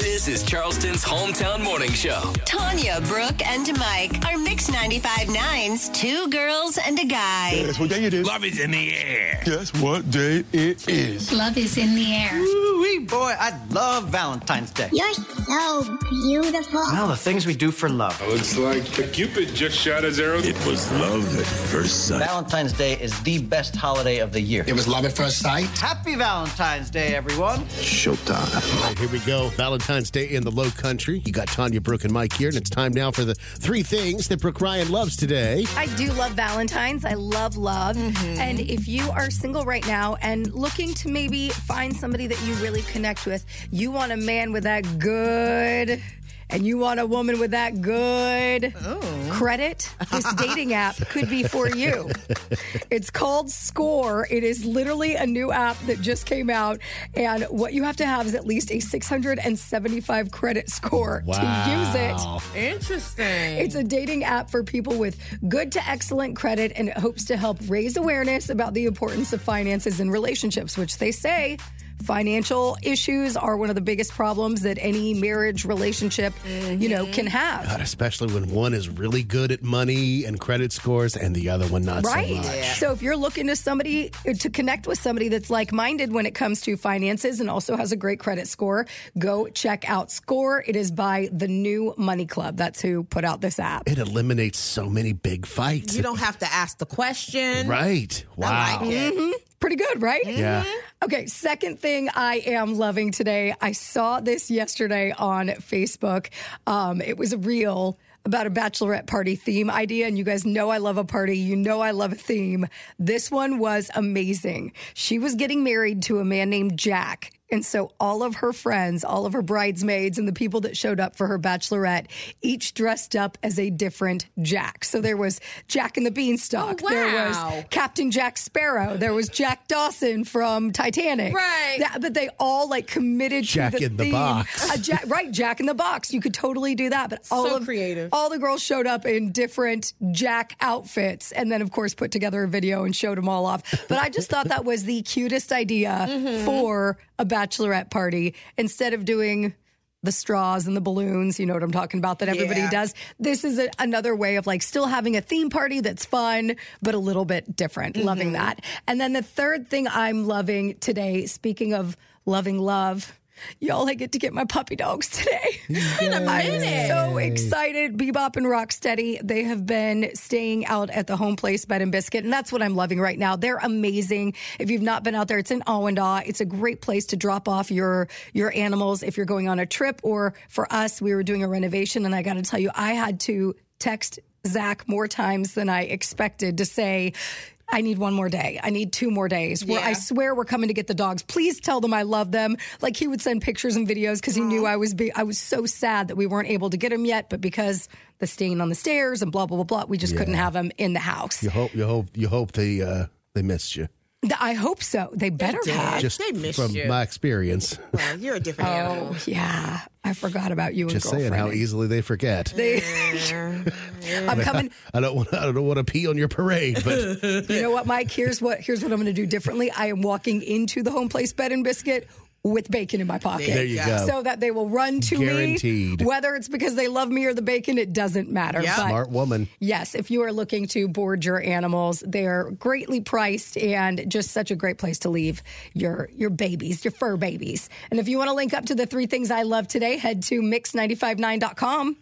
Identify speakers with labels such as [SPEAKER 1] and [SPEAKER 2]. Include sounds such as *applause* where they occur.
[SPEAKER 1] This is Charleston's hometown morning show.
[SPEAKER 2] Tanya, Brooke, and Mike are Mix 95.9's two girls and a guy.
[SPEAKER 3] Yes, what day it is.
[SPEAKER 4] Love is in the air.
[SPEAKER 3] Guess what day it is.
[SPEAKER 5] Love is in the air.
[SPEAKER 6] Ooh-wee, boy, I love Valentine's Day.
[SPEAKER 7] You're so beautiful.
[SPEAKER 6] Now the things we do for love.
[SPEAKER 8] Looks like Cupid just shot his arrow.
[SPEAKER 4] It was love at first sight.
[SPEAKER 6] Valentine's Day is the best holiday of the year.
[SPEAKER 9] It was love at first sight.
[SPEAKER 6] Happy Valentine's Day, everyone.
[SPEAKER 10] All right, here we go. Valentine's Day in the Low Country. You got Tanya, Brooke, and Mike here, and it's time now for the three things that Brooke Ryan loves today.
[SPEAKER 11] I do love Valentine's. I love love. And if you are single right now and looking to maybe find somebody that you really connect with, you want a man with that good. And you want a woman with that good credit? This dating app could be for you. It's called Score. It is literally a new app that just came out. And what you have to have is at least a 675 credit score to use it.
[SPEAKER 12] Interesting.
[SPEAKER 11] It's a dating app for people with good to excellent credit and it hopes to help raise awareness about the importance of finances in relationships, which they say financial issues are one of the biggest problems that any marriage relationship, you know,
[SPEAKER 10] Mm-hmm.
[SPEAKER 11] can have.
[SPEAKER 10] God, especially when one is really good at money and credit scores and the other one not
[SPEAKER 11] Right.
[SPEAKER 10] so much.
[SPEAKER 11] So if you're looking to somebody uh, to connect with somebody that's like minded when it comes to finances and also has a great credit score, go check out Score. It is by the New Money Club. That's who put out this app.
[SPEAKER 10] It eliminates so many big fights.
[SPEAKER 12] You don't have to ask the question.
[SPEAKER 10] right. Wow.
[SPEAKER 12] I like it.
[SPEAKER 7] Mm-hmm.
[SPEAKER 11] Pretty good, right?
[SPEAKER 10] Yeah.
[SPEAKER 11] Okay, second thing I am loving today. I saw this yesterday on Facebook. Um, it was a reel about a bachelorette party theme idea, and you guys know I love a party. You know I love a theme. This one was amazing. She was getting married to a man named Jack. And so all of her friends, all of her bridesmaids, and the people that showed up for her bachelorette each dressed up as a different Jack. So there was Jack and the Beanstalk.
[SPEAKER 12] Oh,
[SPEAKER 11] There was
[SPEAKER 12] wow.
[SPEAKER 11] Captain Jack Sparrow. There was Jack Dawson from Titanic.
[SPEAKER 12] Right.
[SPEAKER 11] That- but they all like committed
[SPEAKER 10] Jack
[SPEAKER 11] to the
[SPEAKER 10] in the
[SPEAKER 11] theme.
[SPEAKER 10] Box.
[SPEAKER 11] A Jack, right, Jack in the Box. You could totally do that. But all
[SPEAKER 12] So
[SPEAKER 11] of
[SPEAKER 12] creative.
[SPEAKER 11] all the girls showed up in different Jack outfits, and then of course put together a video and showed them all off. But I just thought that was the cutest idea
[SPEAKER 12] Mm-hmm.
[SPEAKER 11] for a bachelorette party instead of doing. The straws and the balloons, you know what I'm talking about, that everybody
[SPEAKER 12] Yeah.
[SPEAKER 11] does. This is a, another way of like still having a theme party that's fun, but a little bit different. Loving that. And then the third thing I'm loving today, speaking of loving love, y'all, I get to get my puppy dogs today. *laughs* I'm so excited. Bebop and Rocksteady, they have been staying out at the home place Bed and Biscuit, and that's what I'm loving right now. They're amazing. If you've not been out there, it's in Awandaw. It's a great place to drop off your your animals if you're going on a trip or for us, we were doing a renovation and I got to tell you I had to text Zach more times than I expected to say I need one more day. I need two more days. Where I
[SPEAKER 12] Yeah.
[SPEAKER 11] swear we're coming to get the dogs. Please tell them I love them. Like he would send pictures and videos because he knew I was be- I was so sad that we weren't able to get him yet, but because the stain on the stairs and blah blah blah blah, we just couldn't have him in the house.
[SPEAKER 10] You hope you hope you hope they uh they missed you.
[SPEAKER 11] Th- I hope so. They better have.
[SPEAKER 10] Just
[SPEAKER 12] They missed
[SPEAKER 10] from
[SPEAKER 12] you.
[SPEAKER 10] my experience.
[SPEAKER 12] Well, you're a different animal.
[SPEAKER 11] Oh yeah, I forgot about you
[SPEAKER 10] Just
[SPEAKER 11] and
[SPEAKER 10] saying
[SPEAKER 11] girlfriend.
[SPEAKER 10] how easily they forget.
[SPEAKER 11] I'm coming.
[SPEAKER 10] I don't want I don't want to pee on your parade,
[SPEAKER 12] *laughs*
[SPEAKER 10] but
[SPEAKER 11] You know what, Mike? Here's what here's what I'm going to do differently. I am walking into the home place bed and biscuit with bacon in my pocket.
[SPEAKER 10] there you go.
[SPEAKER 11] so that they will run to
[SPEAKER 10] Guaranteed.
[SPEAKER 11] me. Whether it's because they love me or the bacon, it doesn't matter.
[SPEAKER 12] Yeah.
[SPEAKER 11] But
[SPEAKER 10] Smart woman.
[SPEAKER 11] yes, if you are looking to board your animals, they're greatly priced and just such a great place to leave your your babies, your fur babies. And if you want to link up to the three things I love today, head to mix959.com.